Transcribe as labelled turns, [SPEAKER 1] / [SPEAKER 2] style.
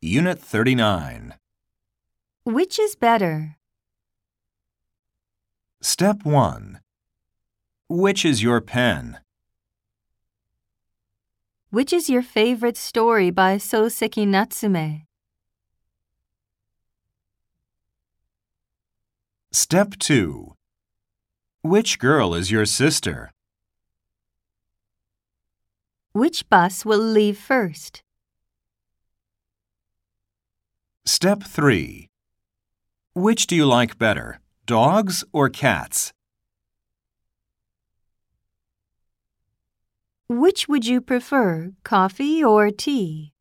[SPEAKER 1] Unit 39.
[SPEAKER 2] Which is better?
[SPEAKER 1] Step 1. Which is your pen?
[SPEAKER 2] Which is your favorite story by Soseki Natsume?
[SPEAKER 1] Step 2. Which girl is your sister?
[SPEAKER 2] Which bus will leave first?
[SPEAKER 1] Step 3. Which do you like better, dogs or cats?
[SPEAKER 2] Which would you prefer, coffee or tea?